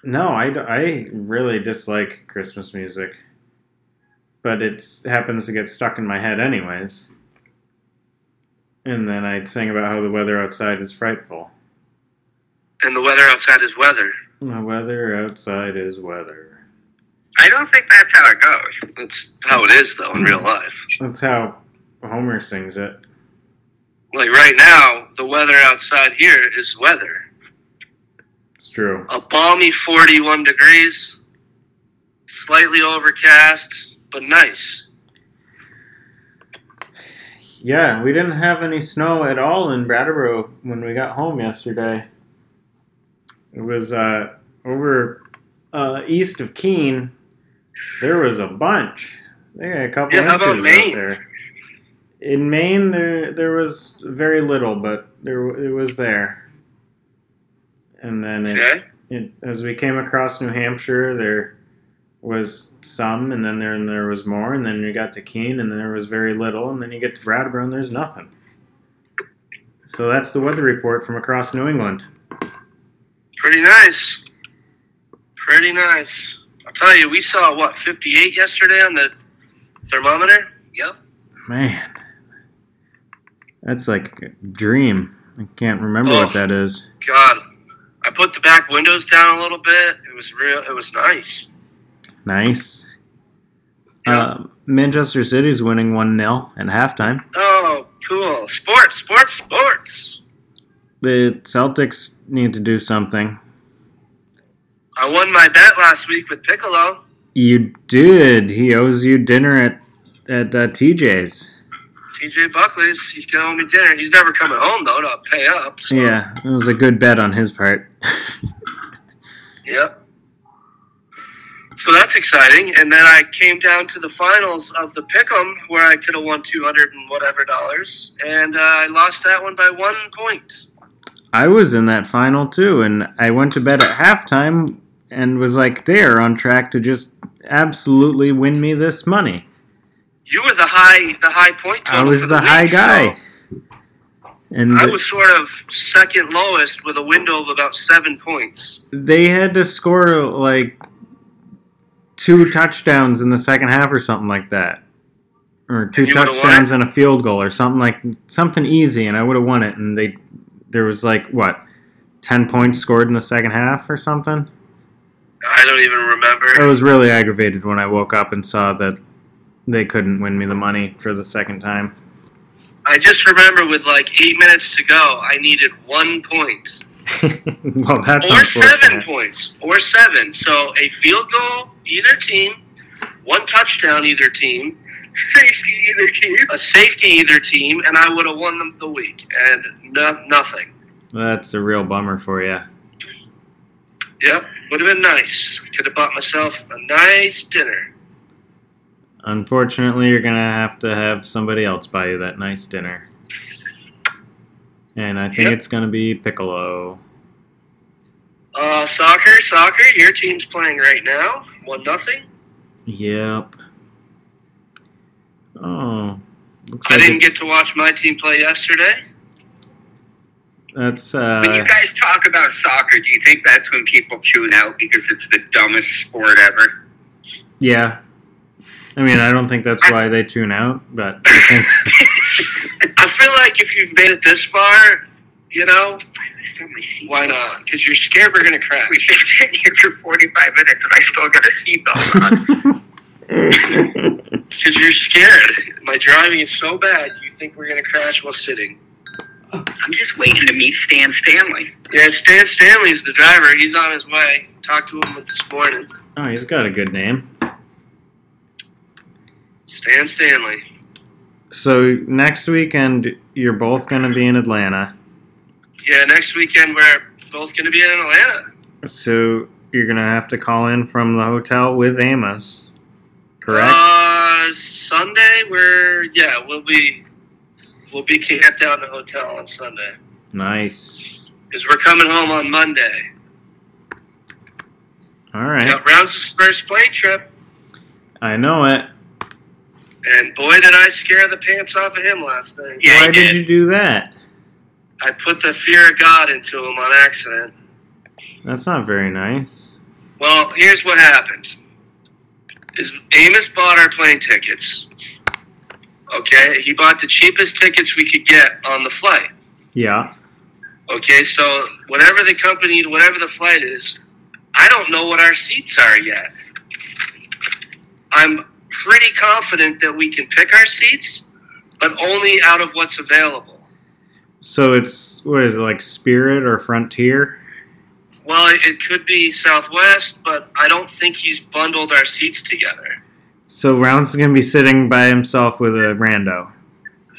No, I, d- I really dislike Christmas music, but it happens to get stuck in my head anyways. And then I'd sing about how the weather outside is frightful. And the weather outside is weather. The weather outside is weather. I don't think that's how it goes. That's how it is, though, in real Hmm. life. That's how Homer sings it. Like right now, the weather outside here is weather. It's true. A balmy 41 degrees, slightly overcast, but nice. Yeah, we didn't have any snow at all in Brattleboro when we got home yesterday. It was uh, over uh, east of Keene. There was a bunch. They got a couple Yeah, how about inches out Maine? there. In Maine, there there was very little, but there it was there. And then it, Okay? it, as we came across New Hampshire, there was some, and then there and there was more, and then you got to Keene, and then there was very little, and then you get to Brattleboro, and there's nothing. So that's the weather report from across New England. Pretty nice. Pretty nice. I'll tell you, we saw, what, 58 yesterday on the Thermometer? Yep. Man, that's like a dream. I can't remember Oh. what that is. God, I put the back windows down a little bit. It was real. It was nice. Nice. Yeah. Uh, Manchester City's winning 1 0 at halftime. Oh, cool. Sports, sports, sports. The Celtics need to do something. I won my bet last week with Piccolo. You did. He owes you dinner at at uh, TJ's. TJ Buckley's. He's gonna owe me dinner. He's never coming home though. To pay up. So. Yeah, it was a good bet on his part. Yep. So that's exciting. And then I came down to the finals of the Pick'em, where I could have won two hundred and whatever dollars, and uh, I lost that one by one point. I was in that final too, and I went to bed at halftime and was like, "They are on track to just absolutely win me this money." You were the high, the high point I total. was for the high week, so guy, and I the- was sort of second lowest with a window of about seven points. they had to score like two touchdowns in the second half or something like that, or two And you would've won touchdowns and a field goal or something like something easy, and I would have won it. And they there was like what ten points scored in the second half or something. I don't even I remember. was really aggravated when I woke up and saw that they couldn't win me the money for the second time. I just remember with like eight minutes to go, I needed one point. well, that's or seven unfortunate. points, or seven. So a field goal, either team, one touchdown, either team, Safety either team. a safety, either team, and I would have won them the week. And no, nothing. That's a real bummer for you. Yep, would have been nice. Could have bought myself a nice dinner. Unfortunately, you're gonna have to have somebody else buy you that nice dinner. And I think Yep. it's gonna be Piccolo. Uh, soccer, soccer. Your team's playing right now. One nothing. Yep. Oh, looks I like didn't get it's- to watch my team play yesterday. That's When you uh, guys talk about soccer, do you think that's when people tune out because it's the dumbest sport ever? yeah. I mean, I don't think that's why they tune out, but I think I feel like if you've made it this far, you know, I lost all my seat. why not? Because you're scared we're gonna crash. We've been sitting here for 45 minutes and I still got a seatbelt on. Because you're scared. My driving is so bad, you think we're going to crash while sitting. I'm just waiting to meet Stan Stanley. Yeah, Stan Stanley's the driver. He's on his way. Talked to him this morning. oh, he's got a good name. Stan Stanley. So next weekend, you're both gonna be in Atlanta. Yeah, next weekend we're both going to be in Atlanta. So you're gonna have to call in from the hotel with Amos, correct? Uh, Sunday we're yeah we'll be we'll be camped out in a hotel on Sunday nice. because we're coming home on Monday. All right. Now, Rounds his first plane trip, I know it. and boy did I scare the pants off of him last night. Yeah, Why he did did. you do that? I put the fear of God into him on accident. That's not very nice. Well, here's what happened. Is Amos bought our plane tickets. Okay, he bought the cheapest tickets we could get on the flight. Yeah. Okay, so whatever the company, whatever the flight is, I don't know what our seats are yet. I'm pretty confident that we can pick our seats, but only out of what's available. So it's what is it like Spirit or Frontier? Well, it- it could be Southwest, but I don't think he's bundled our seats together. So Rounds is gonna be sitting by himself with a rando.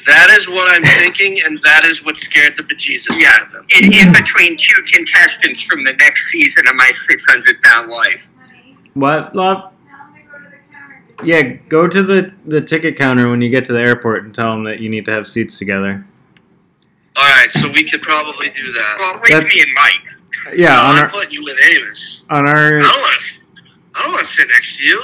That is what I'm thinking, and that is what scared the bejesus Yeah, out of him. in, in between two contestants from the next season of my 600 pound life. What love? Yeah, go to the the ticket counter when you get to the airport and tell them that you need to have seats together. All right, so we could probably do that. Well, with That's- me and Mike. Yeah, on I'm our putting you with Amos. on I our don't want to. I don't want to sit next to you.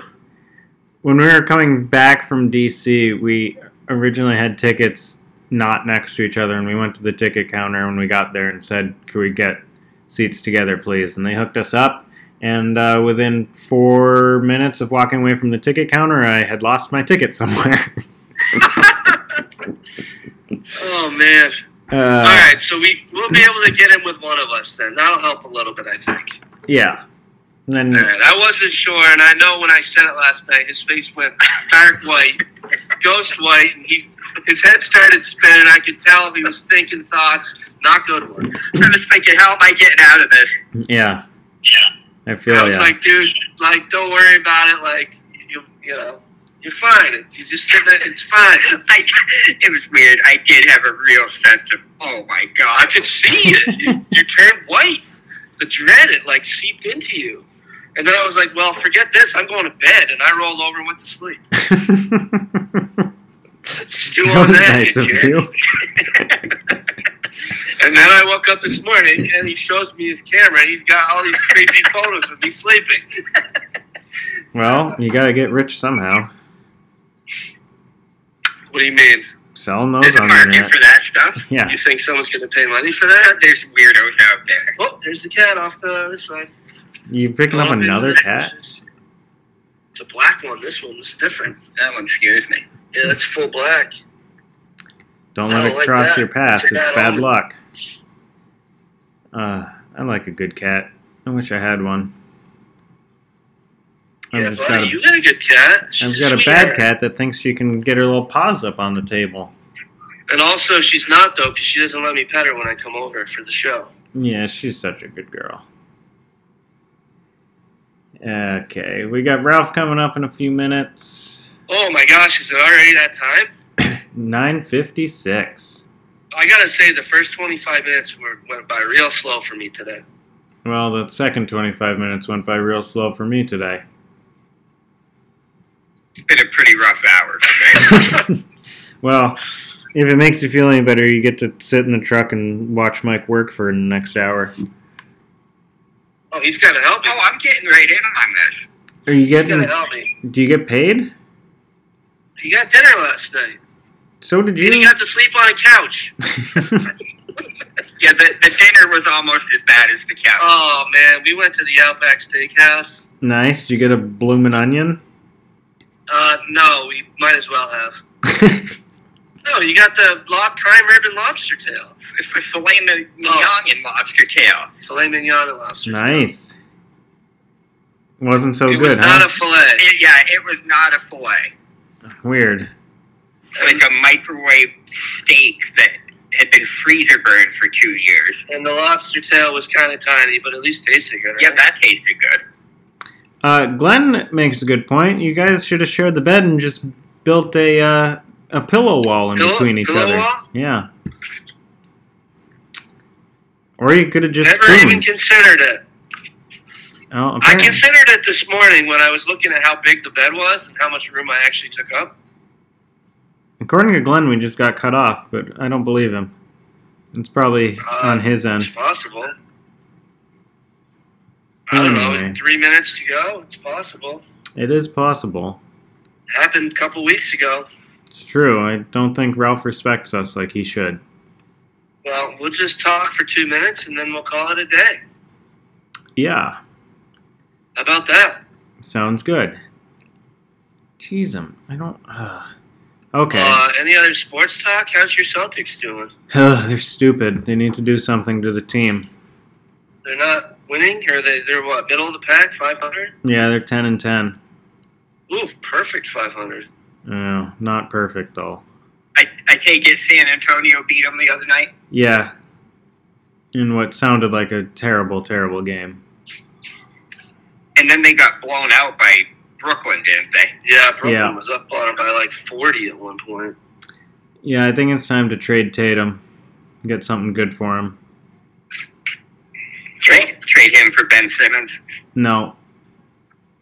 when we were coming back from DC, we originally had tickets not next to each other, and we went to the ticket counter when we got there and said, "Could we get seats together, please?" And they hooked us up, And uh, within four minutes of walking away from the ticket counter, I had lost my ticket somewhere. Oh man. uh, All right, so we we'll be able to get him with one of us then. That'll help a little bit, I think. Yeah. And then, All right, I wasn't sure, and I know when I said it last night, his face went dark white, ghost white, and he his head started spinning. I could tell he was thinking thoughts, not good ones. I was thinking, how am I getting out of this? yeah, Yeah. I feel I was yeah. like, dude, like don't worry about it. Like you you know you're fine. You just said that it's fine. I, it was weird. I did have a real sense of, oh my I god. could see it. You, you turned white. The dread it like seeped into you. And then I was like, well, forget this. I'm going to bed. And I rolled over and went to sleep. Stew that on was that, nice you of jerk. you. And then I woke up this morning and he shows me his camera and he's got all these creepy photos of me sleeping. Well, you gotta get rich somehow. What do you mean? Selling those There's a on the market internet. for that stuff. Yeah. You think someone's going to pay money for that? There's weirdos out there. Oh, there's the cat off the other side. You picking up Go into another the cat? bushes. It's a black one. This one's different. That one scares me. Yeah, that's full black. Don't I let don't it like cross that. your path. Check It's that bad out. luck. Uh, I like a good cat. I wish I had one. I've yeah, just buddy, got you a, got a good cat. She's I've got a sweetheart. bad cat that thinks she can get her little paws up on the table. And also, she's not though, 'cause she doesn't let me pet her when I come over for the show. Yeah, she's such a good girl. Okay, we got Ralph coming up in a few minutes. Oh my gosh, is it already that time? 956. I gotta say, the first 25 minutes were, went by real slow for me today. Well, the second 25 minutes went by real slow for me today. It's been a pretty rough hour. well, if it makes you feel any better, you get to sit in the truck and watch Mike work for the next hour. Oh, he's gotta help me. oh, I'm getting right in on this. Are you he's gotta getting? help me. Do you get paid? He got dinner last night. So did And he you? got to sleep on a couch. Yeah, the, the dinner was almost as bad as the couch. Oh man, we went to the Outback Steakhouse. nice. Did you get a bloomin' onion? Uh, no, we might as well have. No, you got the lob prime rib and lobster tail, It's a filet mignon and lobster Oh, tail. filet mignon and lobster. tail. nice. Wasn't so it was good, not huh? a filet. It- yeah, it was not a filet. Weird. It was a microwave steak that had been freezer burned for two years. And the lobster tail was kind of tiny, but at least tasted good. Yeah, right? that tasted good. Uh, Glenn makes a good point. You guys should have shared the bed and just built a uh, a pillow wall in Pillow- between each pillow other. wall? Yeah. Or you could have just Never spooned. even considered it. oh, I apparently. considered it this morning when I was looking at how big the bed was and how much room I actually took up. According to Glenn, we just got cut off, but I don't believe him. It's probably Uh, on his end. It's possible. I don't know. Anyway. Three minutes to go. It's possible. It is possible. Happened a couple weeks ago. It's true. I don't think Ralph respects us like he should. Well, we'll just talk for two minutes and then we'll call it a day. Yeah, How about that? sounds good. Jeez, um, I don't. Uh. Okay. Uh, any other sports talk? How's your Celtics doing? Ugh, they're stupid. They need to do something to the team. They're not winning, or they they're what middle of the pack, five hundred. Yeah, they're ten and ten. Ooh, perfect five hundred. Oh, not perfect though. I, I take it San Antonio beat them the other night. Yeah. In what sounded like a terrible, terrible game. And then they got blown out by Brooklyn, didn't they? Yeah, Brooklyn Yeah. was up on them by like forty at one point. Yeah, I think it's time to trade Tatum. Get something good for him. Trade, trade him for Ben Simmons. No,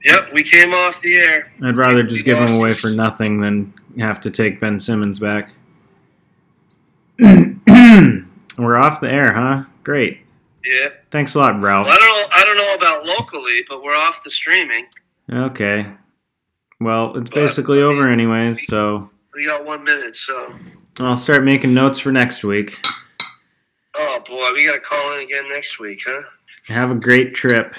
Yep, we came off the air. I'd rather just give him away for nothing than have to take Ben Simmons back. We're off the air, huh? Great. Yeah. Thanks a lot, Well, I Ralph. don't know. I don't know about locally, but we're off the streaming. Okay. Well, it's basically over anyways, so We got one minute, so. I'll start making notes for next week. Oh boy, we gotta call in again next week, huh? Have a great trip.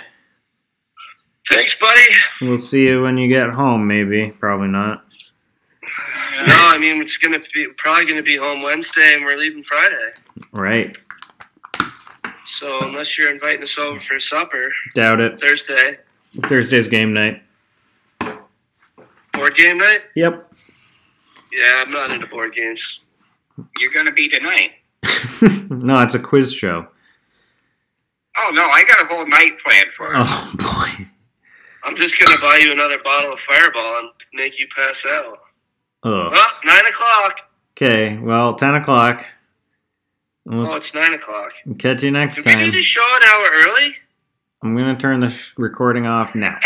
Thanks, buddy. We'll see you when you get home, maybe. Probably not. No, I mean it's gonna be probably gonna be home Wednesday, and we're leaving Friday. Right. So unless you're inviting us over for supper Doubt it. Thursday, Thursday's game night. board game night. Yep. Yeah, I'm not into board games. You're gonna be tonight. no, it's a quiz show. Oh no, I got a whole night planned for it. Oh, boy. I'm just gonna buy you another bottle of Fireball and make you pass out. Ugh. Oh, nine o'clock. Okay, well, 10 o'clock. Oh, We'll it's nine o'clock. catch you next Did we do time. the show an hour early? I'm going to turn the sh- recording off now.